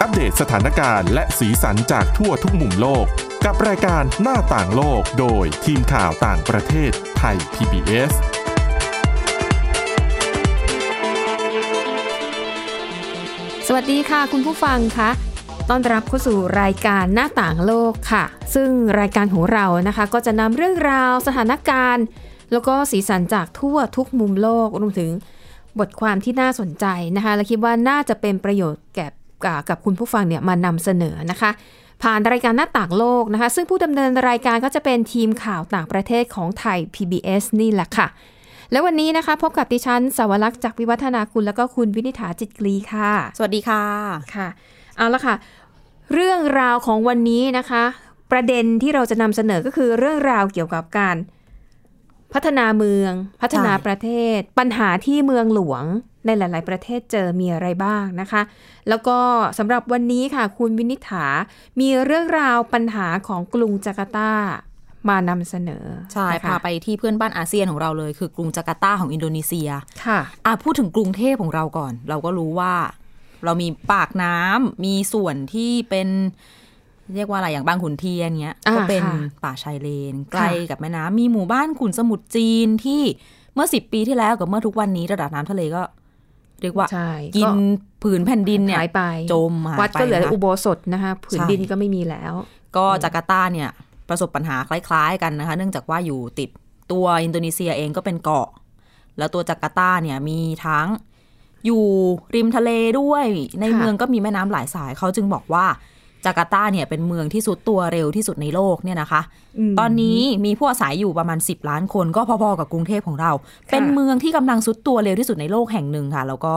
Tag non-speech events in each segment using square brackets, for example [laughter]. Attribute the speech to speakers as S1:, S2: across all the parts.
S1: อัปเดตสถานการณ์และสีสันจากทั่วทุกมุมโลก กับรายการหน้าต่างโลกโดยทีมข่าวต่างประเทศไทย PBS
S2: สวัสดีค่ะ คุณผู้ฟังคะต้อนรับเข้าสู่รายการหน้าต่างโลกค่ะ ซึ่งรายการของเรานะคะ ก็จะนำเรื่องราวสถานการณ์ แล้วก็สีสันจากทั่วทุกมุมโลกรวมถึงบทความที่น่าสนใจนะคะ และคิดว่าน่าจะเป็นประโยชน์แก่อ่ากับคุณผู้ฟังเนี่ยมานำเสนอนะคะ ผ่านรายการหน้าต่างโลกนะคะ ซึ่งผู้ดำเนินรายการก็จะเป็นทีมข่าวต่างประเทศของไทย PBS นี่แหละค่ะ และวันนี้นะคะ พบกับดิฉันสาวรักษ์จากวิวัฒนาคุณแล้วก็คุณวินิษฐาจิตกรีค่ะ
S3: สวัสดีค่ะ
S2: ค่ะเอาละค่ะ เรื่องราวของวันนี้นะคะ ประเด็นที่เราจะนำเสนอก็คือเรื่องราวเกี่ยวกับการพัฒนาเมือง พัฒนา
S3: ใช่
S2: ประเทศ ปัญหาที่เมืองหลวงในหลาย ๆ ประเทศเจอมีอะไรบ้างนะคะ แล้วก็สำหรับวันนี้ค่ะ คุณวินิษฐา มีเรื่องราวปัญหาของกรุงจาการ์ตามานำเสนอ
S3: ใช่
S2: น
S3: พาไปที่เพื่อนบ้านอาเซียนของเราเลย คือกรุงจาการ์ตาของอินโดนีเซีย
S2: ค่ะ
S3: อ่ะพูดถึงกรุงเทพของเราก่อน เราก็รู้ว่า เรามีปากน้ำมีส่วนที่เป็น เรียกว่าอะไรอย่างบางขุนเทียนเงี้ย
S2: อ่า
S3: ก็เป็น
S2: ค่ะ
S3: ป่าชายเลน ใกล้กับแม่น้ำมีหมู่บ้านขุนสมุทรจีนที่เมื่อสิบปีที่แล้วกับเมื่อทุกวันนี้ระดับน้ำทะเลก็ เรียกว่า
S2: ใช่
S3: กิ
S2: ก็
S3: นผืนแผ่นดินเนี่ย
S2: หายไป
S3: จมหายไป
S2: วัดก็เหลือ
S3: นะคะ
S2: อุโบสถนะคะผืน
S3: ใช่
S2: ดินก็ไม่มีแล้ว
S3: ก็จาการ์ตาเนี่ยประสบปัญหาคล้ายๆกันนะคะ เนื่องจากว่าอยู่ติดตัวอินโดนีเซียเองก็เป็นเกาะ แล้วตัวจาการ์ตาเนี่ยมีทั้งอยู่ริมทะเลด้วย ใน
S2: ค่ะ
S3: เมืองก็มีแม่น้ำหลายสายเขาจึงบอกว่าจาการ์ตาเนี่ยเป็นเมืองที่สุดตัวเร็วที่สุดในโลกเนี่ยนะคะ
S2: ม
S3: ตอนนี้มีผู้อาศัยอยู่ประมาณ 10 ล้านคนก็พอๆกับกรุงเทพของเรา เป็นเมืองที่กำลังซุดตัวเร็วที่สุดในโลกแห่งหนึ่งค่ะ แล้วก็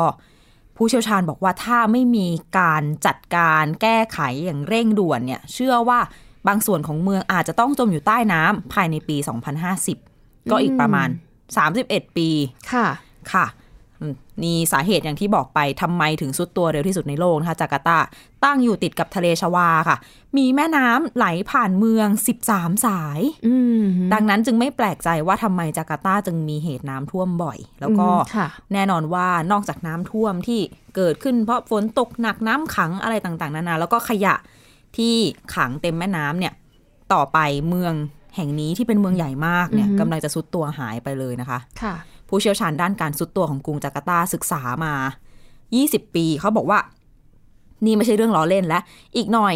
S3: ผู้เชี่ยวชาญบอกว่าถ้าไม่มีการจัดการแก้ไขอย่างเร่งด่วนเนี่ย เชื่อว่าบางส่วนของเมืองอาจจะต้องจมอยู่ใต้น้ำภายในปี 2050 ก็อีกประมาณ 31 ปี
S2: ค่ะ
S3: ค่ะอืมนี่สาเหตุอย่างที่บอกไปทำไมถึงสุดตัวเร็วที่สุดในโลกนะคะจาการ์ตา ตั้งอยู่ติดกับทะเลชวาค่ะ มีแม่น้ำไหลผ่านเมือง 13 สาย
S2: อืม
S3: ดังนั้นจึงไม่แปลกใจว่าทำไมจาการ์ตาจึงมีเหตุน้ำท่วมบ่อย แล้วก็
S2: อืมค่ะ
S3: แน่นอนว่านอกจากน้ำท่วมที่เกิดขึ้นเพราะฝนตกหนักน้ำขังอะไรต่างๆ นานา แล้วก็ขยะที่ขังเต็มแม่น้ำเนี่ย ต่อไปเมืองแห่งนี้ที่เป็นเมืองใหญ่มากเนี่ย
S2: อือฮึ
S3: กำลังจะสุดตัวหายไปเลยนะคะ
S2: ค่ะ
S3: ผู้เชี่ยวชาญด้านการสุดตัวของกรุงจาการ์ตาศึกษามา 20 ปี เขาบอกว่า นี่ไม่ใช่เรื่องล้อเล่นแล้ว อีกหน่อย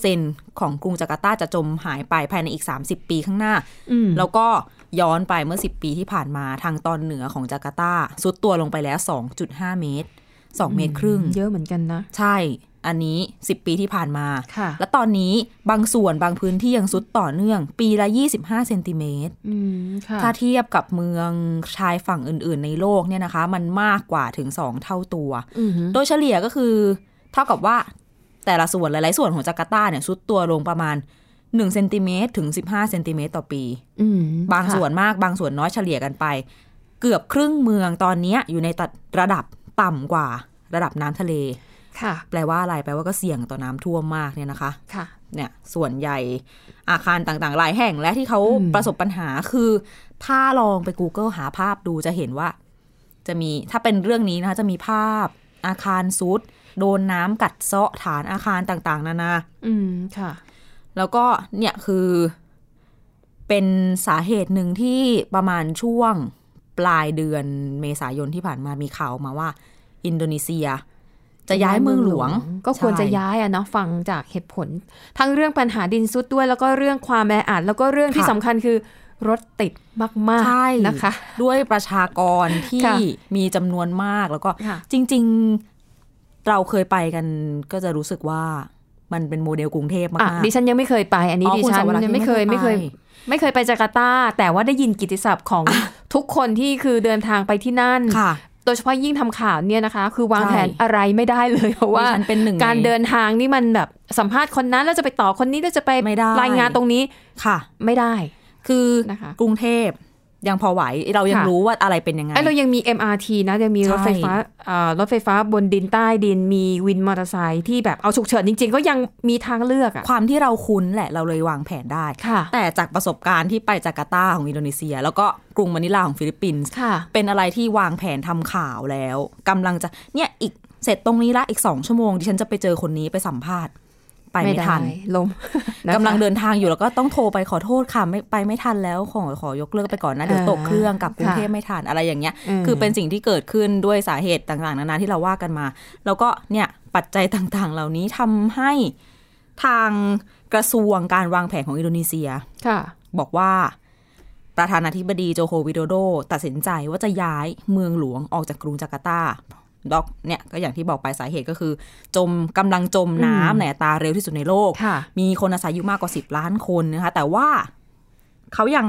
S3: 95%ของกรุงจาการ์ตาจะจมหายไปภายในอีก 30 ปีข้างหน้า
S2: อืม
S3: แล้วก็ย้อนไปเมื่อ 10 ปีที่ผ่านมาทางตอนเหนือของจาการ์ตาสุดตัวลงไปแล้ว 2.5 เมตร 2 เมตรครึ่ง
S2: เยอะเหมือนกันนะ
S3: ใช่ อันนี้ 10 ปีที่ผ่านมา
S2: ค่ะ
S3: และตอนนี้บางส่วนบางพื้นที่ยังสุดต่อเนื่อง ปีละ 25 เซนติเมตร
S2: อืม ค่ะ
S3: ถ้าเทียบกับเมืองชายฝั่งอื่น ๆ ในโลกเนี่ยนะคะ มันมากกว่าถึง 2 เท่าตัว
S2: อืม
S3: โดยเฉลี่ยก็คือ เท่ากับว่าแต่ละส่วนหลาย ๆ ส่วนของจาการ์ตาเนี่ยซุดตัวลงประมาณ1เซนติเมตรถึง 15เซนติเมตรต่อปี
S2: อืม
S3: บางส่วนมากบางส่วนน้อยเฉลี่ยกันไป เกือบครึ่งเมืองตอนเนี้ยอยู่ในตัดระดับต่ำกว่าระดับน้ำทะเล
S2: ค่ะ
S3: แปลว่าอะไรแปลว่าก็เสี่ยงต่อน้ำท่วมมากเนี่ยนะคะ
S2: ค่ะ
S3: เนี่ยส่วนใหญ่อาคารต่างๆ หลายแห่งและที่เขา
S2: อืม
S3: ประสบปัญหาคือ ถ้าลองไป Google หาภาพดูจะเห็นว่า จะมีถ้าเป็นเรื่องนี้นะคะจะมีภาพอาคารซุดโดนน้ำกัดเซาะฐานอาคารต่างๆ นานา
S2: อืม ค่ะ
S3: แล้วก็เนี่ยคือเป็นสาเหตุหนึ่งที่ประมาณช่วงปลายเดือนเมษายนที่ผ่านมามีข่าวออกมาว่า อินโดนีเซีย จะย้ายเมืองหลวง
S2: ก็ควรจะ
S3: ใช่
S2: ย้ายอะเนาะฟังจากเหตุผล ทั้งเรื่องปัญหาดินซุดด้วย แล้วก็เรื่องความแออัด แล้วก็เรื่องที่
S3: ค่ะ
S2: สำคัญคือ รถติดมาก
S3: ใช่
S2: ๆนะคะ
S3: ด้วยประชากรที่
S2: ค่ะ
S3: มีจำนวนมากแล้วก็
S2: ค่ะ
S3: จริง ๆ เราเคยไปกันก็จะรู้สึกว่ามันเป็นโมเดลกรุงเทพมา
S2: อ่ะ
S3: กๆ
S2: ดิฉันยังไม่เคยไป อันนี้
S3: อ๋อ
S2: ดิ
S3: คุณ
S2: ฉัน
S3: สวรักษ์
S2: ยังไม่เคย
S3: ยังไม่
S2: ไม่เค
S3: เค
S2: ย
S3: ย
S2: ไม่เคยไปจาการ์ตา แต่ว่าได้ยินกิตติศัพท์ของทุกคนที่คือเดินทางไปที่นั่น
S3: ค่ะ
S2: โดยเฉพาะยิ่งทำข่าวเนี่ยนะคะ คือวาง
S3: ใช่
S2: แผนอะไรไม่ได้เลย เพราะว่า
S3: ดิฉันเป็นหนึ่งใน
S2: การเดินทางนี่มันแบบสัมภาษณ์คนนั้นแล้วจะไปต่อคนนี้แล้วจะไป
S3: ไม่ได้
S2: รายงานตรงนี้
S3: ค่ะ
S2: ไม่ได้
S3: คือ
S2: นะคะ
S3: กรุงเทพยังพอไหวเรายัง
S2: ค่ะ
S3: รู้ว่าอะไรเป็นยังไง
S2: ไอ้เรายังมี MRT นะยังมี
S3: ใช่
S2: รถไฟฟ้าเอ่อรถไฟฟ้าบนดินใต้ดินมีวินมอเตอร์ไซค์ที่แบบเอาฉุกเฉินจริง ๆ ก็ยังมีทางเลือกอะ
S3: ความที่เราคุ้นแหละเราเลยวางแผนได้
S2: ค่ะ
S3: แต่จากประสบการณ์ที่ไปจาการ์ตาของอินโดนีเซีย แล้วก็กรุงมะนิลาของฟิลิปปินส์
S2: ค่ะ
S3: เป็นอะไรที่วางแผนทำข่าวแล้วกำลังจะเนี่ยอีก เสร็จตรงนี้ละอีกสองชั่วโมงดิฉันจะไปเจอคนนี้ไปสัมภาษณ์ ไปไม่ทัน
S2: ด้ลม
S3: กำลังเดินทางอยู่แล้วก็ต้องโทรไปขอโทษค่ะไม่ไปไม่ทันแล้วขอขอยกเลิกไปก่อนนะ เดี๋ยว
S2: อ่า
S3: ตกเครื่องกลับกรุง
S2: ค่ะ
S3: เทพไม่ทันอะไรอย่างเงี้ย
S2: อืม
S3: คือเป็นสิ่งที่เกิดขึ้นด้วยสาเหตุต่างๆ นานาที่เราว่ากันมา แล้วก็เนี่ยปัจจัยต่างๆ เหล่านี้ทำให้ทางกระทรวงการวางแผนของอินโดนีเซีย
S2: ค่ะ
S3: บอกว่าประธานาธิบดีโจโควิโดโด ตัดสินใจว่าจะย้ายเมืองหลวงออกจากกรุงจาการ์ตาดอกเนี่ยก็อย่างที่บอกไปสาเหตุก็คือ จมกำลังจมน้ำในอัตราเร็วที่สุดในโลก
S2: ค่ะ
S3: มีคนอาศัยอยู่มากกว่า 10 ล้านคนนะคะ แต่ว่าเขายัง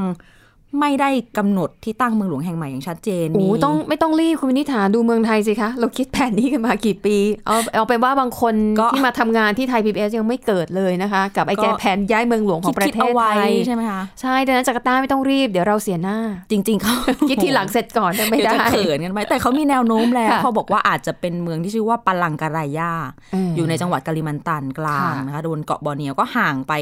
S3: ไม่ได้กำหนดที่ตั้งเมืองหลวงแห่งใหม่อย่างชัดเจน
S2: โอ้
S3: มี
S2: โหต้องไม่ต้องรีบคุณวินิษฐาดูเมืองไทยสิคะ เราคิดแผนนี้กันมากี่ปี เอาเอาเป็นว่าบางคนที่มาทำงานที่ไทย PBS ยังไม่เกิดเลยนะคะ กับไอ้แกแผนย้ายเมืองหลวงของ
S3: คิด
S2: ประ
S3: คิด
S2: เท
S3: เอา
S2: ศ
S3: ไว้
S2: ไทย
S3: ใช่ไหมคะ
S2: ใช่ดังนั้นจาการ์ตาไม่ต้องรีบเดี๋ยวเราเสียหน้า
S3: จริง ๆเขา
S2: คิดทีหลังเสร็จก่อนได้ไม่
S3: เดี๋ยว
S2: ได้
S3: จะเขินกันไหมแต่เขามีแนวโน้มแล้ว
S2: ค่ะ
S3: เขาบอกว่าอาจจะเป็นเมืองที่ชื่อว่าปาลังการายา
S2: เ
S3: อยู่ในจังหวัดกาลิมันตันกลาง
S2: ค่ะ
S3: นะคะโดนเกาะบอร์เนียวก็ห่างไป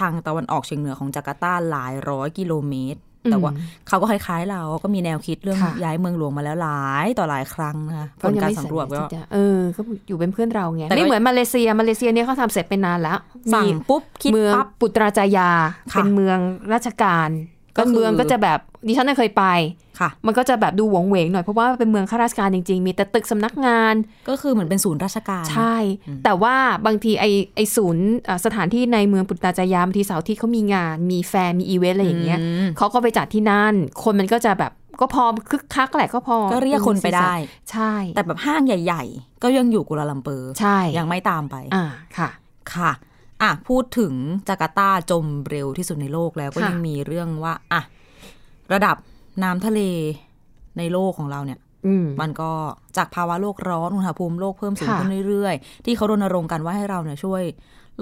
S3: ทางตะวันออกเฉียงเหนือของจาการ์ตาหลายร้อยกิโลเมตร แต่ว่า
S2: อืม
S3: เขาก็คล้ายๆ เราก็มีแนวคิดเรื่อง
S2: ค่ะ
S3: ย้ายเมืองหลวงมาแล้วหลายต่อหลายครั้งนะคะผล
S2: ยัง
S3: การ
S2: ไม่เ
S3: สำรวจ
S2: ที่
S3: ก็
S2: จะเออก็อยู่เป็นเพื่อนเราไง
S3: แต่ก็
S2: ไม่เหมือนมาเลเซียมาเลเซียเนี่ยเขาทำเสร็จไปนานแล้ว
S3: สั่ง
S2: มี
S3: ปุ๊บ คิด
S2: เมือง
S3: ปั๊บ
S2: ปุตราจายา
S3: ค่ะ
S2: เป็นเมืองราชการ
S3: ก็
S2: ก็
S3: คือ
S2: เมืองก็จะแบบดิฉันน่ะเคยไป
S3: ค่ะ
S2: มันก็จะแบบดูหวงเหวงหน่อยเพราะว่าเป็นเมืองข้าราชการจริง ๆ มีแต่ตึกสำนักงาน
S3: ก็คือเหมือนเป็นศูนย์ราชการ
S2: ใช่ แต่ว่าบางทีไอไอศูนย์อ่ะสถานที่ในเมืองปุตตาจายาบางทีเสาร์อาที่เขามีงาน มีแฟร์มีอีเวนต์อะไรอย่างเงี้ย
S3: ม
S2: เขาก็ไปจัดที่นั่น คนมันก็จะแบบก็พอคึกคักแหละก็พอ
S3: ก็เรียกคนไปได้
S2: ใช่
S3: แต่แบบห้างใหญ่ ๆ ก็ยังอยู่กุลาลัมเปอร์
S2: ใช่
S3: ยังไม่ตามไป
S2: อ่าค่ะ
S3: ค่ะ อ่ะ พูดถึงจาการ์ตาจมเร็วที่สุดในโลกแล้วก็
S2: ค่ะ
S3: ยังมีเรื่องว่า อ่ะ ระดับน้ำทะเลในโลกของเราเนี่ย
S2: อืม
S3: มันก็จากภาวะโลกร้อนอุณหภูมิโลกเพิ่มสูง
S2: ค่ะ
S3: ขึ้นเรื่อยๆ ที่เขารณรงค์กันว่าให้เราเนี่ยช่วย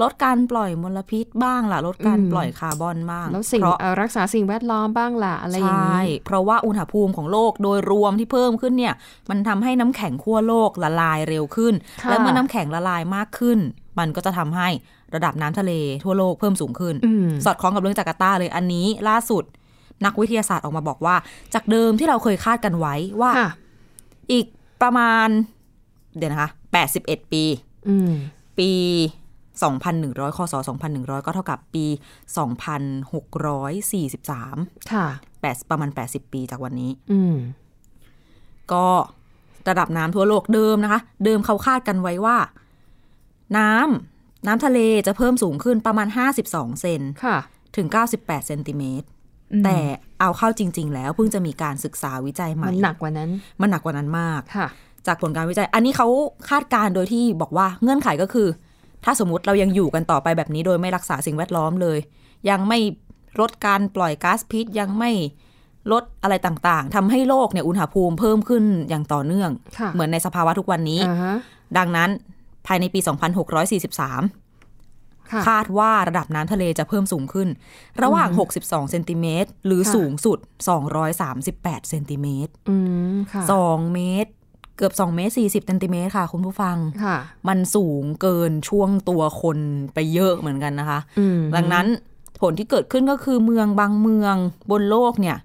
S3: ลดการปล่อยมลพิษบ้างล่ะ ลดการ
S2: อืม
S3: ปล่อยคาร์บอนบ้าง
S2: แล้วสิ่ง
S3: เพราะ
S2: เอ่อรักษาสิ่งแวดล้อมบ้างล่ะอะไรอย่าง
S3: ใช่
S2: นี้
S3: เพราะว่าอุณหภูมิของโลกโดยรวมที่เพิ่มขึ้นเนี่ย มันทำให้น้ำแข็งขั้วโลกละลายเร็วขึ้น
S2: ค่ะ
S3: และเมื่อน้ำแข็งละลายมากขึ้น มันก็จะทำให้ระดับน้ำทะเลทั่วโลกเพิ่มสูงขึ้น
S2: อืม
S3: สอดคล้องกับเรื่องจาการ์ตาเลยอันนี้ล่าสุด นักวิทยาศาสตร์ออกมาบอกว่า จากเดิมที่เราเคยคาดกันไว้ว่า
S2: ค่ะ
S3: อีกประมาณ เดี๋ยวนะคะ 81 ปี
S2: อืม
S3: ปี 2,100 คศ 2,100 ก็เท่ากับปี 2,643
S2: ค่ะ
S3: 8 ประมาณ 80 ปีจากวันนี้
S2: อืม
S3: ก็ระดับน้ำทั่วโลกเดิมนะคะ เดิมเขาคาดกันไว้ว่า น้ำน้ำทะเลจะเพิ่มสูงขึ้นประมาณ 52 เซน
S2: ค่ะ
S3: ถึง 98 เซนติเมตร แต่เอาเข้าจริง ๆ แล้วเพิ่งจะมีการศึกษาวิจัยใหม่
S2: มันหนักกว่านั้น
S3: มันหนักกว่านั้นมาก
S2: ค่ะ
S3: จากผลการวิจัย อันนี้เขาคาดการณ์โดยที่บอกว่าเงื่อนไขก็คือ ถ้าสมมติเรายังอยู่กันต่อไปแบบนี้โดยไม่รักษาสิ่งแวดล้อมเลย ยังไม่ลดการปล่อยก๊าซพิษ ยังไม่ลดอะไรต่างๆทำให้โลกเนี่ยอุณหภูมิเพิ่มขึ้นอย่างต่อเนื่อง
S2: ค่ะ
S3: เหมือนในสภาวะทุกวันนี้
S2: อ่าฮะ
S3: ดังนั้นภายในปี 2643
S2: ค่ะ
S3: คาดว่าระดับน้ำทะเลจะเพิ่มสูงขึ้น ระหว่าง 62เซนติเมตรหรือ
S2: ค่ะ
S3: สูงสุด 238เซนติเมตร
S2: อืม ค่ะ
S3: สองเมตร เกือบสองเมตรสี่สิบเซนติเมตรค่ะ คุณผู้ฟัง
S2: ค่ะ
S3: มันสูงเกินช่วงตัวคนไปเยอะเหมือนกันนะคะ
S2: อืม
S3: ดังนั้นผลที่เกิดขึ้นก็คือเมืองบางเมืองบนโลกเนี่ย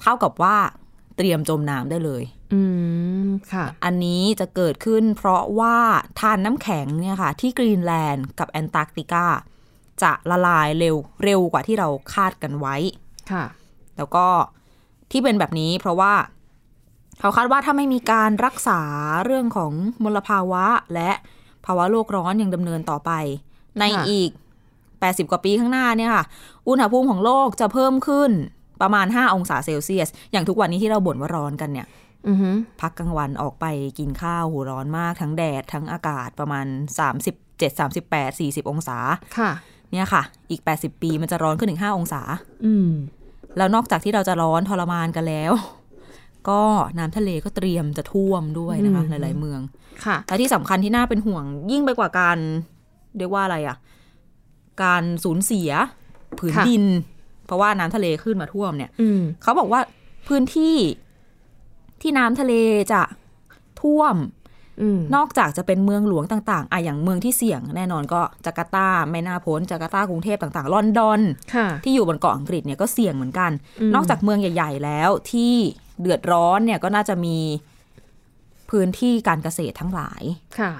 S3: เท่ากับว่าเตรียมจมน้ำได้เลย
S2: อืม ค่ะ
S3: อันนี้จะเกิดขึ้นเพราะว่าทานน้ำแข็งเนี่ยค่ะ ที่กรีนแลนด์กับแอนตาร์กติกาจะละลายเร็วเร็วกว่าที่เราคาดกันไว้
S2: ค่ะ
S3: แล้วก็ที่เป็นแบบนี้เพราะว่าเขาคาดว่าถ้าไม่มีการรักษาเรื่องของมลภาวะและภาวะโลกร้อนยังดำเนินต่อไป ใน
S2: ค่ะ
S3: อีก 80 กว่าปีข้างหน้าเนี่ยค่ะ อุณหภูมิของโลกจะเพิ่มขึ้นประมาณ 5 องศาเซลเซียส อย่างทุกวันนี้ที่เราบ่นว่าร้อนกันเนี่ย
S2: อือหือ
S3: พักกลางวันออกไปกินข้าวโหูร้อนมากทั้งแดดทั้งอากาศประมาณ 37 38 40 องศา
S2: ค่ะ
S3: เนี่ยค่ะ อีก 80 ปีมันจะร้อนขึ้นถึง 5 องศา
S2: อืม
S3: แล้วนอกจากที่เราจะร้อนทรมานกันแล้ว [laughs] ก็น้ำทะเลก็เตรียมจะท่วมด้วยนะคะ
S2: อืม
S3: หลาย ๆ เมือง
S2: ค่ะ
S3: และที่สำคัญที่น่าเป็นห่วงยิ่งไปกว่าการ เรียกว่าอะไรอะ่ะ การสูญเสียผืน
S2: ค่ะ
S3: ดิน เพราะว่าน้ำทะเลขึ้นมาท่วมเนี่ย
S2: อืม
S3: เขาบอกว่าพื้นที่ที่น้ำทะเลจะท่วม
S2: อืม
S3: นอกจากจะเป็นเมืองหลวงต่างๆ อ่ะอย่างเมืองที่เสี่ยงแน่นอนก็จาการ์ตาไม่น่าพ้นจาการ์ตากรุงเทพต่างๆลอนดอน
S2: ค่ะ
S3: ที่อยู่บนเกาะอังกฤษเนี่ยก็เสี่ยงเหมือนกัน
S2: อืม
S3: นอกจากเมืองใหญ่ ๆ แล้วที่เดือดร้อนเนี่ยก็น่าจะมี พื้นที่การเกษตรทั้งหลาย
S2: ค่ะ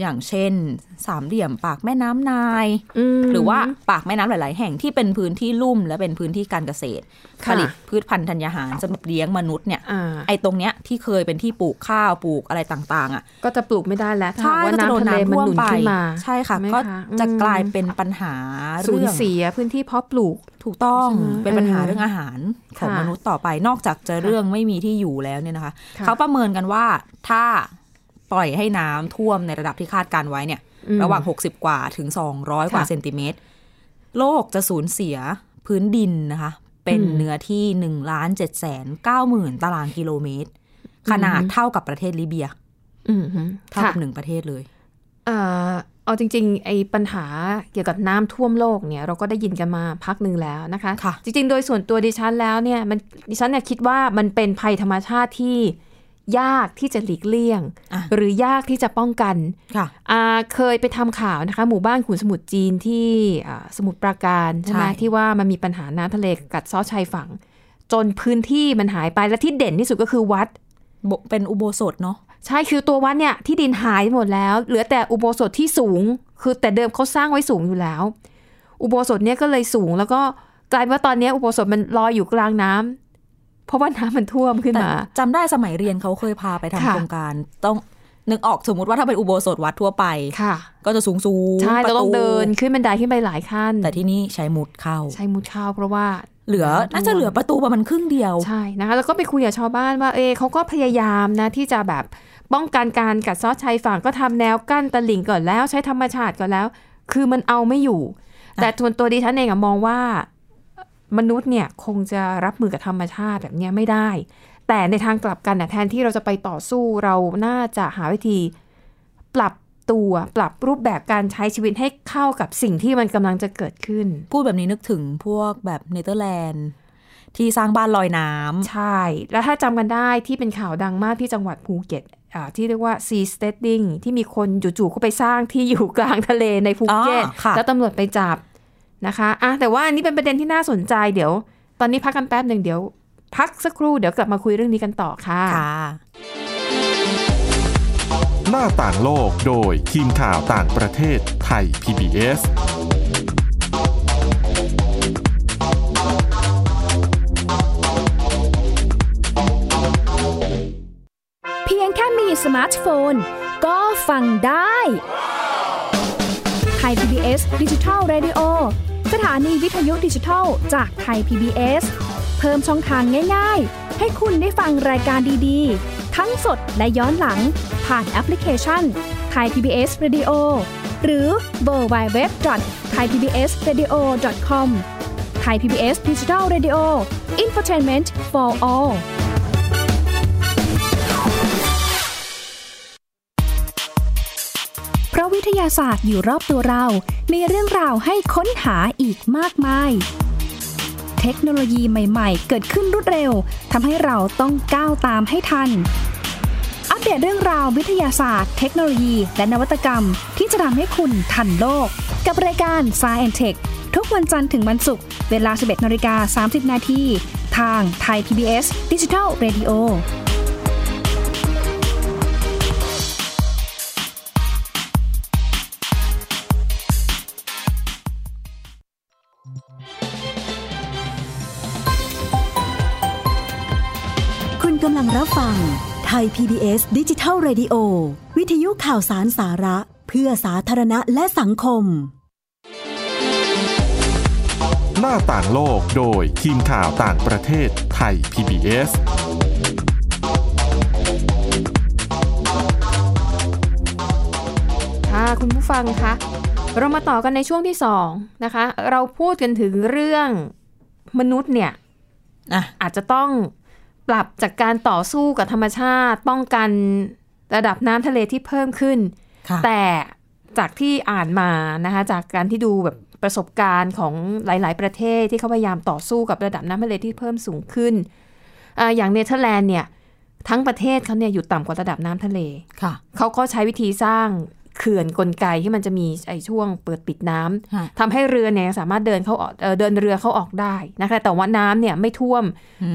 S3: อย่างเช่น สามเหลี่ยมปากแม่น้ำนาย
S2: อืม
S3: หรือว่าปากแม่น้ำหลาย ๆ แห่งที่เป็นพื้นที่ลุ่มและเป็นพื้นที่การเกษตร
S2: ค่ะ
S3: ผลิตพืชพันธุ์ธัญญาหารสำหรับเลี้ยงมนุษย์เนี่ย
S2: อ่า
S3: ไอ้ตรงเนี้ยที่เคยเป็นที่ปลูกข้าวปลูกอะไรต่าง ๆ อ่ะ
S2: ก็จะปลูกไม่ได้แล้วถ้าหากว่า
S3: ก็จะโด
S2: น้ำทะเลมันหนุนขึ้นมา
S3: ใช่ค่ะ
S2: ใช่ไหม
S3: ก็
S2: คะ
S3: จะ
S2: อืม
S3: กลายเป็นปัญหา
S2: สู
S3: เรื่
S2: ญ
S3: อง
S2: เสียพื้นที่เพาะปลูก
S3: ถูกต้อง
S2: ใช่ไหม
S3: เป็นปัญหา
S2: เออ
S3: เรื่องอาหารของ
S2: ค่ะ
S3: มนุษย์ต่อไปนอกจากจะเรื่องไม่มีที่อยู่แล้วเนี่ยนะคะ
S2: ค่ะ
S3: เขาประเมินกันว่าถ้าปล่อยให้น้ำท่วมในระดับที่คาดการไว้เนี่ย
S2: อืม
S3: ระหว่าง 60 กว่าถึง 200 กว่า
S2: ค่ะ
S3: เซนติเมตร โลกจะสูญเสียพื้นดินนะคะ เป็น
S2: อืม
S3: เนื้อที่ 1 7 9 0 0 0 0 ตารางกิโลเมตร ขนาดเท่ากับประเทศลิเบีย
S2: อืมฮึ
S3: เท่า
S2: ค่ะ
S3: กับหนึ่งประเทศเลย
S2: เอ่อเอาจริงๆไอ้ปัญหาเกี่ยวกับน้ำท่วมโลกเนี่ยเราก็ได้ยินกันมาพักหนึ่งแล้วนะคะ
S3: ค่ะ
S2: จริงๆ โดยส่วนตัวดิฉันแล้วเนี่ยมันดิฉันเนี่ยคิดว่ามันเป็นภัยธรรมชาติที่ยากที่จะหลีกเลี่ยง
S3: อ่ะ
S2: หรือยากที่จะป้องกัน
S3: ค่ะ
S2: อ่าเคยไปทำข่าวนะคะหมู่บ้านขุนสมุทรจีนที่อ่าสมุทรปราการใช่ไหม
S3: ใช่
S2: ที่ว่ามันมีปัญหาน้ำทะเลกัดเซ้อชายฝั่ง จนพื้นที่มันหายไปและที่เด่นที่สุดก็คือวัด
S3: บเป็นอุโบสถเนาะ
S2: ใช่คือตัววัดเนี่ยที่ดินหายหมดแล้ว เหลือแต่อุโบสถที่สูง คือแต่เดิมเขาสร้างไว้สูงอยู่แล้ว อุโบสถเนี่ยก็เลยสูง แล้วก็กลายเป็นว่าตอนเนี้ยอุโบสถมันลอยอยู่กลางน้ำเพราะว่าน้ำมันท่วมขึ้น
S3: แต่
S2: มา
S3: จำได้สมัยเรียนเขาเคยพาไปทำ
S2: ค่ะ
S3: โครงการ ต้องนึกออกสมมติว่าถ้าเป็นอุโบสถวัดทั่วไป
S2: ค่ะ
S3: ก็จะสูงสูง
S2: ใช่
S3: ป
S2: เรา
S3: ระ
S2: ต้องเดินขึ้นบันไดขึ้นไปหลายขั้น
S3: แต่ที่นี่ใช้มุดเข้า
S2: ใช้มุดเข้าเพราะว่า
S3: เหลือน่าจะเหลือประตูประมาณครึ่งเดียว
S2: ใช่นะคะแล้วก็ไปคุยกับชาวบ้านว่าเออเขาก็พยายามนะที่จะแบบป้องกันการกัดเซาะชายฝั่งก็ทำแนวกั้นตลิ่งก่อนแล้ว ใช้ธรรมชาติก่อนแล้ว คือมันเอาไม่อยู่ แต่ส่วนตัวดิฉันเองอะมองว่ามนุษย์เนี่ยคงจะรับมือกับธรรมชาติแบบเนี้ยไม่ได้ แต่ในทางกลับกันนะแทนที่เราจะไปต่อสู้เราน่าจะหาวิธี ปรับตัวปรับรูปแบบการใช้ชีวิตให้เข้ากับสิ่งที่มันกำลังจะเกิดขึ้น
S3: พูดแบบนี้นึกถึงพวกแบบเนเธอร์แลนด์ที่สร้างบ้านลอยน้ำ
S2: ใช่ แล้วถ้าจำกันได้ที่เป็นข่าวดังมากที่จังหวัดภูเก็ตอ่าที่เรียกว่า sea steading ที่มีคนจู่ๆก็ไปสร้างที่อยู่กลางทะเลในภูเก็ต
S3: อ๋อค่ะ
S2: แล้วตำรวจไปจับนะคะอ่ะแต่ว่าอันนี้เป็นประเด็นที่น่าสนใจเดี๋ยว ตอนนี้พักกันแป๊บหนึ่งเดี๋ยว พักสักครู่เดี๋ยวกลับมาคุยเรื่องนี้กันต่อค่ะ
S3: ค่ะ
S1: หน้าต่างโลกโดยทีมข่าวต่างประเทศไทย PBS
S4: เพียงแค่มีสมาร์ทโฟน ก็ฟังได้ไทย PBS ดิจิทัล Radio สถานีวิทยุดิจิทัลจากไทย PBS เพิ่มช่องทางง่าย ๆ ให้คุณได้ฟังรายการดีๆ ทั้งสดและย้อนหลัง ผ่านแอปพลิเคชันไทย PBS Radio หรือเวอร์บายเว็บไทยพีบีเอสเรดิโอคอมไทยพีบีเอสดิจิทัลเรดิโออินฟอร์ทนเมนต์ for all เพราะวิทยาศาสตร์อยู่รอบตัวเรา มีเรื่องราวให้ค้นหาอีกมากมาย เทคโนโลยีใหม่ๆ เกิดขึ้นรวดเร็ว ทำให้เราต้องก้าวตามให้ทัน อัปเดตเรื่องราววิทยาศาสตร์ เทคโนโลยี และนวัตกรรม ที่จะทำให้คุณทันโลก กับรายการ s c i e n t e c h ทุกวันจันทร์ถึงวันศุกร์ เวลา 11นาฬิกา30 นาทีทางไทย PBS Digital Radio
S5: คุณกำลังรับฟังไทย PBS ดิจิทัล Radio วิทยุข่าวสารสาระ เพื่อสาธารณะและสังคม
S1: หน้าต่างโลกโดยทีมข่าวต่างประเทศไทย PBS
S2: ค่ะคุณผู้ฟังคะเรามาต่อกันในช่วงที่สองนะคะ เราพูดกันถึงเรื่องมนุษย์เนี่ย
S3: อ่ะ
S2: อาจจะต้องปรับจากการต่อสู้กับธรรมชาติ ป้องกันระดับน้ำทะเลที่เพิ่มขึ้น
S3: ค่ะ
S2: แต่จากที่อ่านมานะคะจากการที่ดูแบบประสบการณ์ของหลาย ๆ ประเทศที่เขาพยายามต่อสู้กับระดับน้ำทะเลที่เพิ่มสูงขึ้นอาอย่างเนเธอร์แลนด์เนี่ยทั้งประเทศเขาเนี่ยอยู่ต่ำกว่าระดับน้ำทะเล
S3: ค่ะ
S2: เขาก็ใช้วิธีสร้างเขื่อนกลไกที่มันจะมีไอ้ช่วงเปิดปิดน้ำ
S3: ฮะ
S2: ทำให้เรือเนี่ยยังสามารถเดินเข้าออกเอ่อเดินเรือเข้าออกได้นะคะแต่ว่าน้ำเนี่ยไม่ท่วม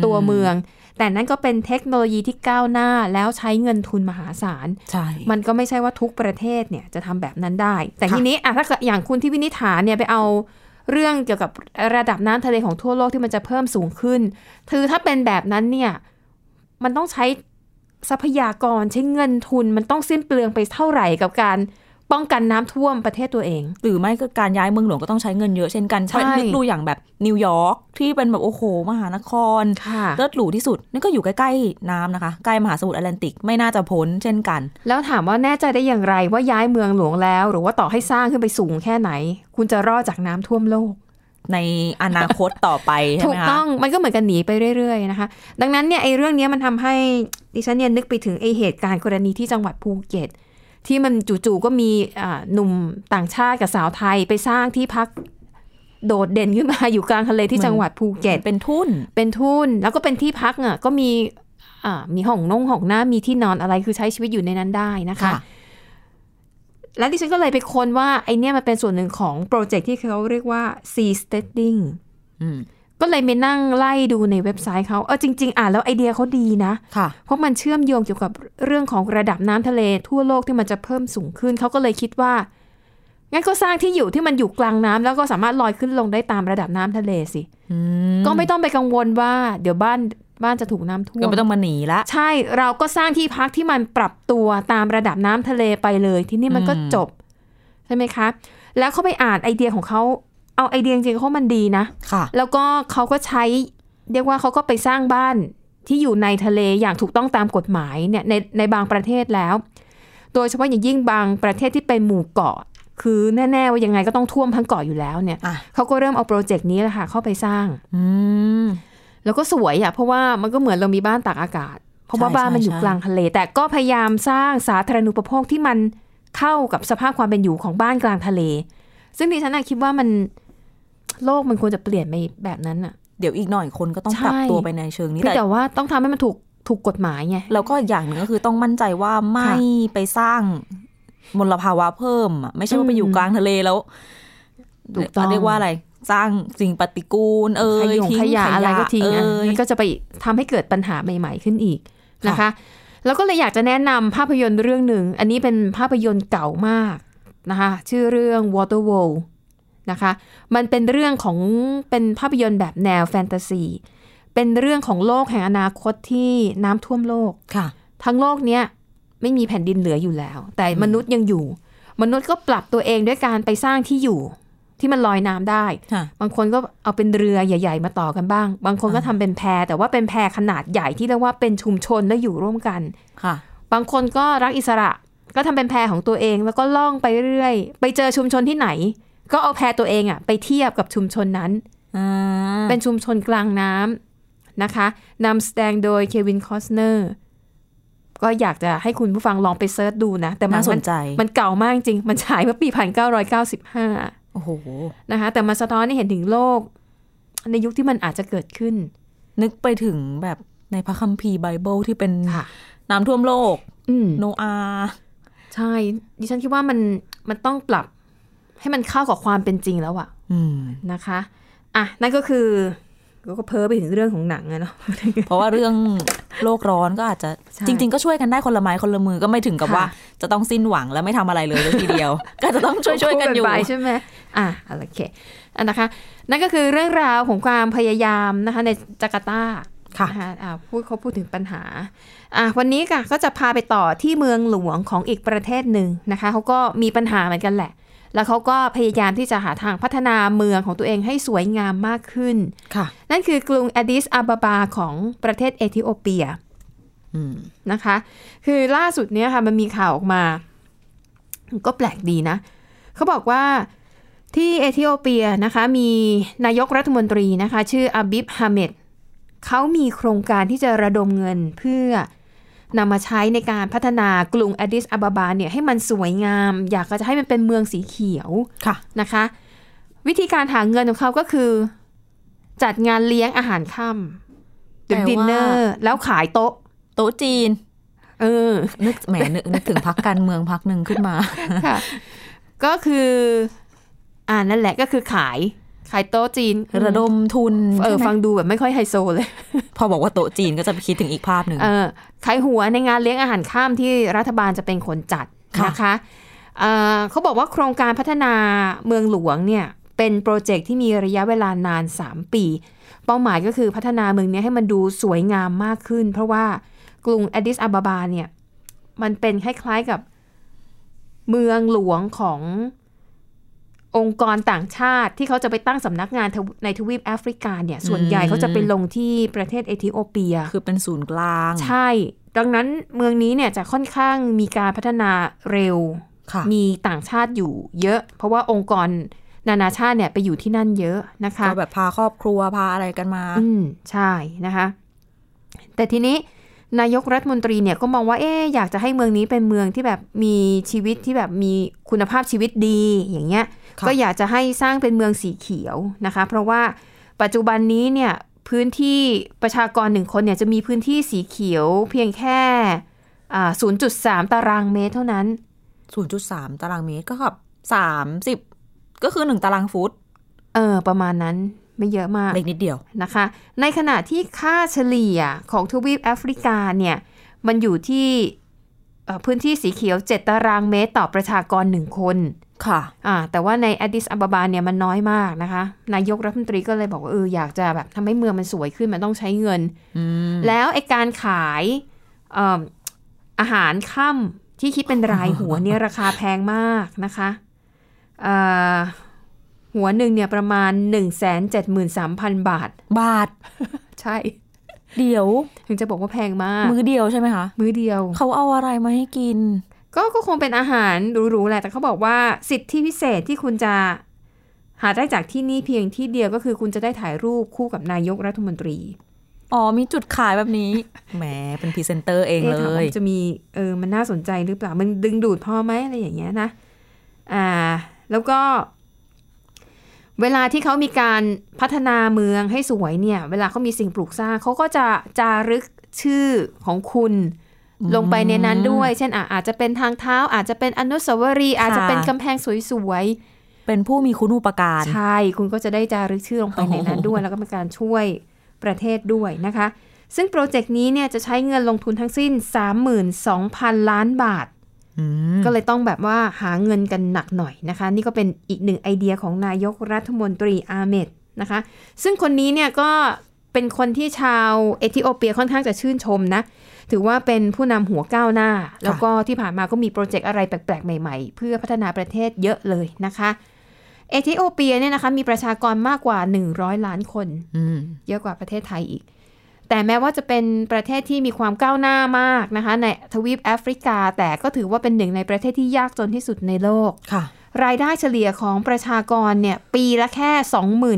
S2: ตัวเมือง แต่นั่นก็เป็นเทคโนโลยีที่ก้าวหน้าแล้วใช้เงินทุนมหาศาล
S3: ใช่
S2: มันก็ไม่ใช่ว่าทุกประเทศเนี่ยจะทำแบบนั้นได้ แต่ทีนี้อะถ้าเกิดอย่างคุณที่วินิษฐานเนี่ยไปเอาเรื่องเกี่ยวกับระดับน้ำทะเลของทั่วโลกที่มันจะเพิ่มสูงขึ้นคือถ้าเป็นแบบนั้นเนี่ยมันต้องใช้ทรัพยากรใช้เงินทุน มันต้องสิ้นเปลืองไปเท่าไหร่กับการป้องกันน้ำท่วมประเทศตัวเอง
S3: หรือไม่ก็การย้ายเมืองหลวงก็ต้องใช้เงินเยอะเช่นกัน
S2: ใช่
S3: เพราะนึกดูอย่างแบบนิวยอร์กที่เป็นแบบโอ้โหมหานคร
S2: ค่ะ
S3: เลิศหรูที่สุดนั่นก็อยู่ใกล้ๆน้ำนะคะ ใกล้มหาสมุทรแอตแลนติกไม่น่าจะพ้นเช่นกัน
S2: แล้วถามว่าแน่ใจได้อย่างไรว่าย้ายเมืองหลวงแล้ว หรือว่าต่อให้สร้างขึ้นไปสูงแค่ไหน คุณจะรอดจากน้ำท่วมโลก
S3: ในอนาคตต่อไปใช่
S2: ถู
S3: ไหม
S2: ก
S3: คะ
S2: ต้องมันก็เหมือนกันหนีไปเรื่อยๆนะคะ ดังนั้นเนี่ยไอ้เรื่องเนี้ยมันทำให้ดิฉันเนี่ยนึกไปถึงไอ้เหตุการณ์กรณีที่จังหวัดภูเก็ต ที่มันจู่ๆก็มีอ่าหนุ่มต่างชาติกับสาวไทยไปสร้างที่พักโดดเด่นขึ้นมาอยู่กลางทะเลที่จังหวัดภูเก็ต
S3: เป็นทุน
S2: เป็นทุนแล้วก็เป็นที่พักอ่ะก็มีอ่ามีห้องนงห้องน้ำมีที่นอนอะไรคือใช้ชีวิตอยู่ในนั้นได้นะคะ และดิฉันก็เลยไปค้นว่าไอเนี่ยมันเป็นส่วนหนึ่งของโปรเจกต์ที่เขาเรียกว่า sea steading
S3: อืม
S2: ก็เลยไปนั่งไล่ดูในเว็บไซต์เขาเออจริง ๆ อ่านแล้วไอเดียเขาดีนะ
S3: ค่ะ
S2: เพราะมันเชื่อมโยงเกี่ยวกับเรื่องของระดับน้ำทะเลทั่วโลกที่มันจะเพิ่มสูงขึ้น เขาก็เลยคิดว่า งั้นก็สร้างที่อยู่ที่มันอยู่กลางน้ำแล้วก็สามารถลอยขึ้นลงได้ตามระดับน้ำทะเลสิ ก็ไม่ต้องไปกังวลว่า เดี๋ยวบ้านบ้านจะถูกน้ำท่ว
S3: ก็
S2: ม
S3: ไม่ต้องมาหนีละ
S2: ใช่เราก็สร้างที่พักที่มันปรับตัวตามระดับน้ำทะเลไปเลย ที่นี่มันก็
S3: อืม
S2: จบ ใช่ไหมคะ แล้วเขาไปอ่านไอเดียของเขาเอาไอเดียจริงๆเขามันดีนะ
S3: ค่ะ
S2: แล้วก็เขาก็ใช้เรียกว่าเขาก็ไปสร้างบ้านที่อยู่ในทะเลอย่างถูกต้องตามกฎหมายเนี่ยในในบางประเทศแล้ว โดยเฉพาะอย่างยิ่งบางประเทศที่เป็นหมู่เกาะ คือแน่ๆว่ายังไงก็ต้องท่วมทั้งเกาะอยู่แล้วเนี่ย
S3: อ่ะ
S2: เขาก็เริ่มเอาโปรเจกต์นี้แหละค่ะเข้าไปสร้าง
S3: อืม
S2: แล้วก็สวยอ่ะเพราะว่ามันก็เหมือนเรามีบ้านตากอากาศ เพราะว่า
S3: ใช่
S2: บ้านมันอยู่
S3: ใช่
S2: กลางทะเล แต่ก็พยายามสร้างสาธารณูปโภคที่มันเข้ากับสภาพความเป็นอยู่ของบ้านกลางทะเล ซึ่งดิฉันน่ะคิดว่ามันโลกมันควรจะเปลี่ยนไปแบบนั้นอ่ะ
S3: เดี๋ยวอีกหน่อยคนก็ต้องปรับ
S2: ใช่
S3: ตัวไปในเชิงนี้
S2: เพียง
S3: แต่
S2: แต่ว่าต้องทำให้มันถูกถูกกฎหมายไง
S3: แล้วก็อย่างหนึ่งก็คือต้องมั่นใจว่าไม่
S2: ค่ะ
S3: ไปสร้างมลภาวะเพิ่มอะไม่ใช่ว่าไปอยู่
S2: อืม
S3: กลางทะเลแล้ว
S2: ถูกต้อง
S3: เรียกว่าอะไร สร้างสิ่งปฏิกูล เอ่
S2: ข
S3: ย
S2: ยง
S3: ทิ้ง
S2: ขยะอะไรก็ทิ้ง
S3: เอ่
S2: อ่ะ
S3: ย
S2: มันก็จะไปทำให้เกิดปัญหาใหม่ ๆขึ้นอีกนะ
S3: ค่ะ
S2: คะ แล้วก็เลยอยากจะแนะนำภาพยนตร์เรื่องหนึ่ง อันนี้เป็นภาพยนตร์เก่ามากนะคะ ชื่อเรื่อง Water World นะคะ มันเป็นเรื่องของเป็นภาพยนตร์แบบแนวแฟนตาซี เป็นเรื่องของโลกแห่งอนาคตที่น้ำท่วมโลก
S3: ค่ะ
S2: ทั้งโลกเนี้ยไม่มีแผ่นดินเหลืออยู่แล้ว แต่มนุษย์ยังอยู่ มนุษย์ก็ปรับตัวเองด้วยการไปสร้างที่อยู่ ที่มันลอยน้ำได้
S3: ค่ะ
S2: บางคนก็เอาเป็นเรือใหญ่ ๆ มาต่อกันบ้าง บางคนก็ทำเป็นแพแต่ว่าเป็นแพขนาดใหญ่ที่เรียกว่าเป็นชุมชนและอยู่ร่วมกัน
S3: ค่ะ
S2: บางคนก็รักอิสระก็ทำเป็นแพของตัวเอง แล้วก็ล่องไปเรื่อย ไปเจอชุมชนที่ไหน ก็เอาแพตัวเองอะไปเทียบกับชุมชนนั้น
S3: อ่า
S2: เป็นชุมชนกลางน้ำนะคะนำแสดงโดยเควินคอสเนอร์ ก็อยากจะให้คุณผู้ฟังลองไปเซิร์ชดูนะ แต่มั
S3: น่าสนใจ
S2: มันเก่ามากจริง มันฉายเมื่อปี 1995
S3: โอ้โห
S2: นะคะแต่มาสะท้อนให้เห็นถึงโลก ในยุคที่มันอาจจะเกิดขึ้น
S3: นึกไปถึงแบบในพระคัมภีร์ไบเบิลที่เป็นน้ำท่วมโลก
S2: อืม
S3: โนอาห์
S2: ใช่ ดิฉันคิดว่ามันมันต้องปรับให้มันเข้ากับความเป็นจริงแล้วอะ
S3: อืม
S2: นะคะอ่ะนั่นก็คือก็เพ้อไปถึงเรื่องของหนังอะเนาะ
S3: เพราะว่าเรื่องโลกร้อนก็อาจจะ
S2: ใช่
S3: จริง ๆ ก็ช่วยกันได้คนละไม้คนละมือก็ไม่ถึงกับ
S2: ค่ะ
S3: ว่า จะต้องสิ้นหวังและไม่ทำอะไรเลยเลยที
S2: [laughs]
S3: เดียว ก็จะ [laughs] ต้องช่วยๆกันอยู่
S2: ไปใช่ไหมอ่ะโอเคอันนะคะ นั่นก็คือเรื่องราวของความพยายามนะคะในจาการ์ตา
S3: ค่ะ
S2: นอ่าพูดเขาพูดถึงปัญหาอ่ะวันนี้ค่ะก็จะพาไปต่อที่เมืองหลวงของอีกประเทศหนึ่งนะคะเขาก็มีปัญหาเหมือนกันแหละ แล้วเขาก็พยายามที่จะหาทางพัฒนาเมืองของตัวเองให้สวยงามมากขึ้น
S3: ค่ะ
S2: นั่นคือกรุงอดิสอาบาบาของประเทศเอธิโอเปีย
S3: อืม
S2: นะคะ คือล่าสุดเนี้ยค่ะมันมีข่าวออกมา ก็แปลกดีนะ เขาบอกว่าที่เอธิโอเปียนะคะ มีนายกรัฐมนตรีนะคะ ชื่ออาบิบฮาเมดเขามีโครงการที่จะระดมเงินเพื่อนำมาใช้ในการพัฒนากรุงอดิสอาบาบาเนี่ยให้มันสวยงาม อยากจะให้มันเป็นเมืองสีเขียว
S3: ค่ะ
S2: นะคะ วิธีการหาเงินของเขาก็คือ จัดงานเลี้ยงอาหารค่ำหรือ
S3: แปลว่า
S2: ดินเนอร์แล้วขายโต๊ะ
S3: โต๊ะจีน
S2: เออ
S3: นึกแหมนึกนึกถึงพักการเมืองพัก
S2: [laughs]
S3: หนึ่งขึ้นมา
S2: ค่ะ ก็คือ อ่านั่นแหละก็คือขาย ขายโต๊ะจีน
S3: ระดมทุน
S2: เออ
S3: ใช่ไหม
S2: ฟังดูแบบไม่ค่อยไฮโซเลย
S3: พอบอกว่าโต๊ะจีนก็จะไปคิดถึงอีกภาพหนึ่ง
S2: เออขายหัวในงานเลี้ยงอาหารข้ามที่รัฐบาลจะเป็นคนจัด
S3: ค่ะ
S2: นะคะเอ่อเขาบอกว่าโครงการพัฒนาเมืองหลวงเนี่ยเป็นโปรเจกต์ที่มีระยะเวลานาน 3 ปี เป้าหมายก็คือพัฒนาเมืองเนี้ให้มันดูสวยงามมากขึ้น เพราะว่ากรุงอดิสอาบาบาเนี่ยมันเป็นคล้ายๆกับเมืองหลวงขององค์กรต่างชาติที่เขาจะไปตั้งสำนักงานทวในทวีปแอฟริกาเนี่ยส่วนใหญ่เขาจะไปลงที่ประเทศเอธิโอเปีย
S3: คือเป็นศูนย์กลาง
S2: ใช่ ดังนั้นเมืองนี้เนี่ยจะค่อนข้างมีการพัฒนาเร็ว
S3: ค่ะ
S2: มีต่างชาติอยู่เยอะ เพราะว่าองค์กรนานาชาติเนี่ยไปอยู่ที่นั่นเยอะนะคะ
S3: ก็แบบพาครอบครัวพาอะไรกันมา
S2: อืม ใช่นะคะ แต่ทีนี้นายกรัฐมนตรีเนี่ยก็มองว่า เอ๊ะอยากจะให้เมืองนี้เป็นเมืองที่แบบมีชีวิตที่แบบมีคุณภาพชีวิตดีอย่างเงี้ย
S3: ค่ะ
S2: ก็อยากจะให้สร้างเป็นเมืองสีเขียวนะคะ เพราะว่าปัจจุบันนี้เนี่ยพื้นที่ประชากรหนึ่งคนเนี่ยจะมีพื้นที่สีเขียวเพียงแค่อ่า0.3 ตารางเมตรเท่านั้น
S3: 0.3 ตารางเมตรก็กับ 30 ก็คือ 1 ตารางฟุต
S2: เออ ประมาณนั้นไม่เยอะมาก
S3: เล็กนิดเดียว
S2: นะคะในขณะที่ค่าเฉลี่ยของทวีปแอฟริกาเนี่ยมันอยู่ที่เอ่อพื้นที่สีเขียว 7 ตารางเมตรต่อประชากร 1 คน
S3: ค่ะ
S2: อ่าแต่ว่าในอ d ดิสอบาบาเนี่ยมันน้อยมากนะคะนายกรัฐมนตรีก็เลยบอกว่าเอออยากจะแบบทำให้เมืองมันสวยขึ้นมันต้องใช้เงิน
S3: อืม
S2: แล้วไอการขายเอิ่มอาหารค่ำที่คิดเป็นรายหัวเนี่ย ราคาแพงมากนะคะเอ่อหัวหนึ่งเนี่ยประมาณ 173,000 บาท
S3: บาท
S2: ใช่
S3: เดียว
S2: ถึงจะบอกว่าแพงมาก
S3: มือเดียวใช่ไหมคะ
S2: มื้อเดียว
S3: เขาเอาอะไรมาให้กิน
S2: ก็ก็คงเป็นอาหารหรูๆแหละ แต่เขาบอกว่าสิทธิพิเศษที่คุณจะหาได้จากที่นี่เพียงที่เดียวก็คือคุณจะได้ถ่ายรูปคู่กับนายกรัฐมนตรี
S3: อ๋อมีจุดขายแบบนี้ แหมเป็นพรีเซนเตอร์เองเล
S2: ถาม
S3: ย
S2: ว่าจะมีเออมันน่าสนใจหรือเปล่า มันดึงดูดพ่อไหมอะไรอย่างเงี้ยนะอ่าแล้วก็ เวลาที่เขามีการพัฒนาเมืองให้สวยเนี่ย เวลาเขามีสิ่งปลูกสร้างเขาก็จะจารึกชื่อของคุณ ลงไปในนั้นด้วย เช่นอ่ะอาจจะเป็นทางเท้า อาจจะเป็นอนุสาวรีย์อาจจะเป็นกำแพงสวย
S3: เป็นผู้มีคุณูปการ
S2: ๆ ใช่ คุณก็จะได้จารึกชื่อลงไปในนั้นด้วย [laughs] แล้วก็เป็นการช่วยประเทศด้วยนะคะ ซึ่งโปรเจกต์นี้เนี่ยจะใช้เงินลงทุนทั้งสิ้น 32,000 ล้านบาท
S3: อืม
S2: ก็เลยต้องแบบว่าหาเงินกันหนักหน่อยนะคะ นี่ก็เป็นอีกหนึ่งไอเดียของนายกรัฐมนตรีอาเหมดนะคะ ซึ่งคนนี้เนี่ยก็เป็นคนที่ชาวเอธิโอเปียค่อนข้างจะชื่นชมนะ ถือว่าเป็นผู้นำหัวก้าวหน้า แล้วก็ที่ผ่านมาก็มีโปรเจกต์อะไรแปลกๆ ใหม่ๆ เพื่อพัฒนาประเทศเยอะเลยนะคะ เอธิโอเปียเนี่ยนะคะมีประชากรมากกว่า 100 ล้านคน
S3: อืม
S2: เยอะกว่าประเทศไทยอีก แต่แม้ว่าจะเป็นประเทศที่มีความก้าวหน้ามากนะคะ ในทวีปแอฟริกา แต่ก็ถือว่าเป็นหนึ่งในประเทศที่ยากจนที่สุดในโลก
S3: ค่ะ
S2: รายได้เฉลี่ยของประชากรเนี่ยปีละแค่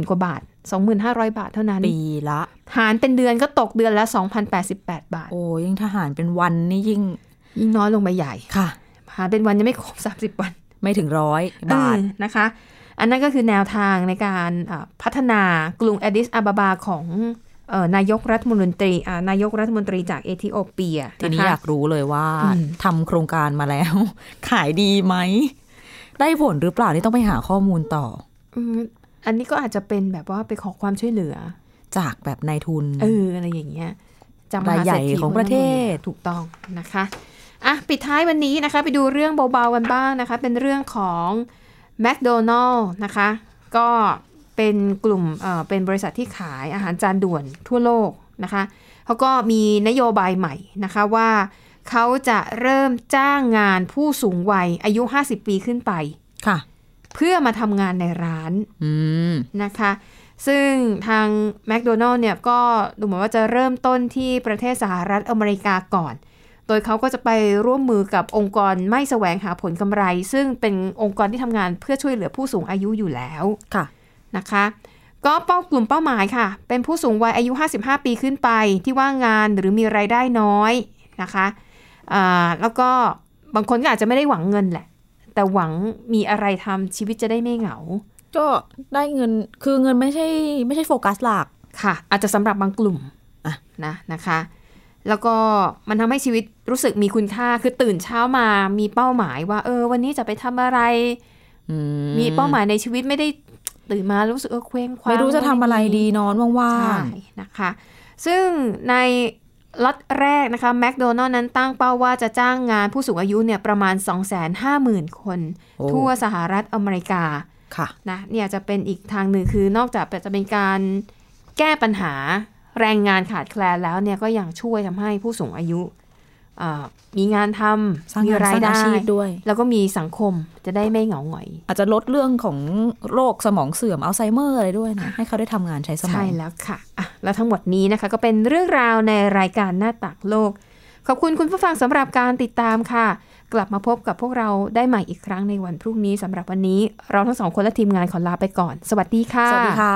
S2: 20,000 กว่าบาท 2,500 บาทเท่านั้น
S3: ปีละ
S2: หารเป็นเดือนก็ตกเดือนละ 2,088 บาท
S3: โอ้ยิ่งทหารเป็นวันนี่ยิ่ง
S2: ยิ่งน้อยลงไปใหญ่
S3: ค่ะ
S2: หารเป็นวันยังไม่ครบ 30 วัน
S3: ไม่ถึงร้อยบาท
S2: เออนะคะ อันนั้นก็คือแนวทางในการอ่าพัฒนากรุงอดิสอาบาบาของเอ่อนายกรัฐมนตรีอ่านายกรัฐมนตรีจากเอธิโอเปีย
S3: ที
S2: ะ
S3: นี้
S2: คะ
S3: อยากรู้เลยว่า
S2: อืม
S3: ทำโครงการมาแล้ว ขายดีไหม ได้ผลหรือเปล่านี่ต้องไปหาข้อมูลต่อ
S2: อืมอันนี้ก็อาจจะเป็นแบบว่าไปขอความช่วยเหลือ
S3: จากแบบนายทุน
S2: เอออะไรอย่างเงี้ยจำม
S3: ราย
S2: หา
S3: ใหญ่
S2: เศรษฐี
S3: ของประเทศ
S2: ถูกต้องนะคะอ่ะปิดท้ายวันนี้นะคะ ไปดูเรื่องเบาๆกันบ้างนะคะ เป็นเรื่องของแมคโดนัลล์นะคะ ก็เป็นกลุ่มเอ่อเป็นบริษัทที่ขายอาหารจานด่วนทั่วโลกนะคะ เขาก็มีนโยบายใหม่นะคะว่าเขาจะเริ่มจ้างงานผู้สูงวัยอายุ 50 ปีขึ้นไป
S3: ค่ะ
S2: เพื่อมาทำงานในร้าน
S3: อืม
S2: นะคะ ซึ่งทางแม d โดนัล s เนี่ยก็ดูเหมือนว่าจะเริ่มต้นที่ประเทศสหรัฐอเมริกาก่อน โดยเขาก็จะไปร่วมมือกับองค์กรไม่แสวงหาผลกำไร ซึ่งเป็นองค์กรที่ทำงานเพื่อช่วยเหลือผู้สูงอายุอยู่แล้ว
S3: ค่ะ
S2: นะคะ ก็เป้ากลุ่มเป้าหมายค่ะ เป็นผู้สูงวัยอายุ 55 ปีขึ้นไปที่ว่างงานหรือมีไรายได้น้อยนะคะอ่าแล้วก็บางคนก็อาจจะไม่ได้หวังเงินแหละ แต่หวังมีอะไรทำชีวิตจะได้ไม่เหงา
S3: ก็ได้เงิน คือเงินไม่ใช่ ไม่ใช่โฟกัสหลัก
S2: ค่ะอาจจะสำหรับบางกลุ่ม
S3: อ่ะ
S2: นะนะคะ แล้วก็มันทำให้ชีวิตรู้สึกมีคุณค่าคือตื่นเช้ามามีเป้าหมายว่า เออ วันนี้จะไปทำอะไร
S3: อื
S2: มีเป้าหมายในชีวิตไม่ได้ ตื่นมารู้สึกเออเคว้งคว้าง
S3: ไม่รู้จะทำอะไรดีนอนว่าง
S2: ใช่นะคะ ซึ่งในล็อตแรกนะคะแมคโดนัลนั้นตั้งเป้าว่าจะจ้างงานผู้สูงอายุเนี่ยประมาณ 250,000 คน
S3: โอ้
S2: ทั่วสหรัฐอเมริกา
S3: ๆ ค่ะ
S2: นะเนี่ยจะเป็นอีกทางหนึ่งคือนอกจากจะเป็นการแก้ปัญหาแรงงานขาดแคลนแล้วเนี่ยก็ยังช่วยทำให้ผู้สูงอายุเอ่อมีงานท
S3: สร้าง
S2: ำมี
S3: งานส
S2: รา
S3: ร้ายงอา
S2: ได้
S3: ชีพด้วย
S2: แล้วก็มีสังคมจะได้ไม่เหงาหงอย
S3: อาจจะลดเรื่องของโรคสมองเสื่อมอัลไซเมอร์อะไรด้วยนะ ให้เขาได้ทำงานใช้สมอ
S2: ใช่
S3: ง
S2: แล้วค่ะอ่ะ แล้วทั้งหมดนี้นะคะก็เป็นเรื่องราวในรายการหน้าต่างโลก ขอบคุณคุณผู้ฟังสำหรับการติดตามค่ะ กลับมาพบกับพวกเราได้ใหม่อีกครั้งในวันพรุ่งนี้สำหรับวันนี้ เราทั้งสองคนและทีมงานขอลาไปก่อน สวัสดีค่ะ
S3: สวัสดีค่ะ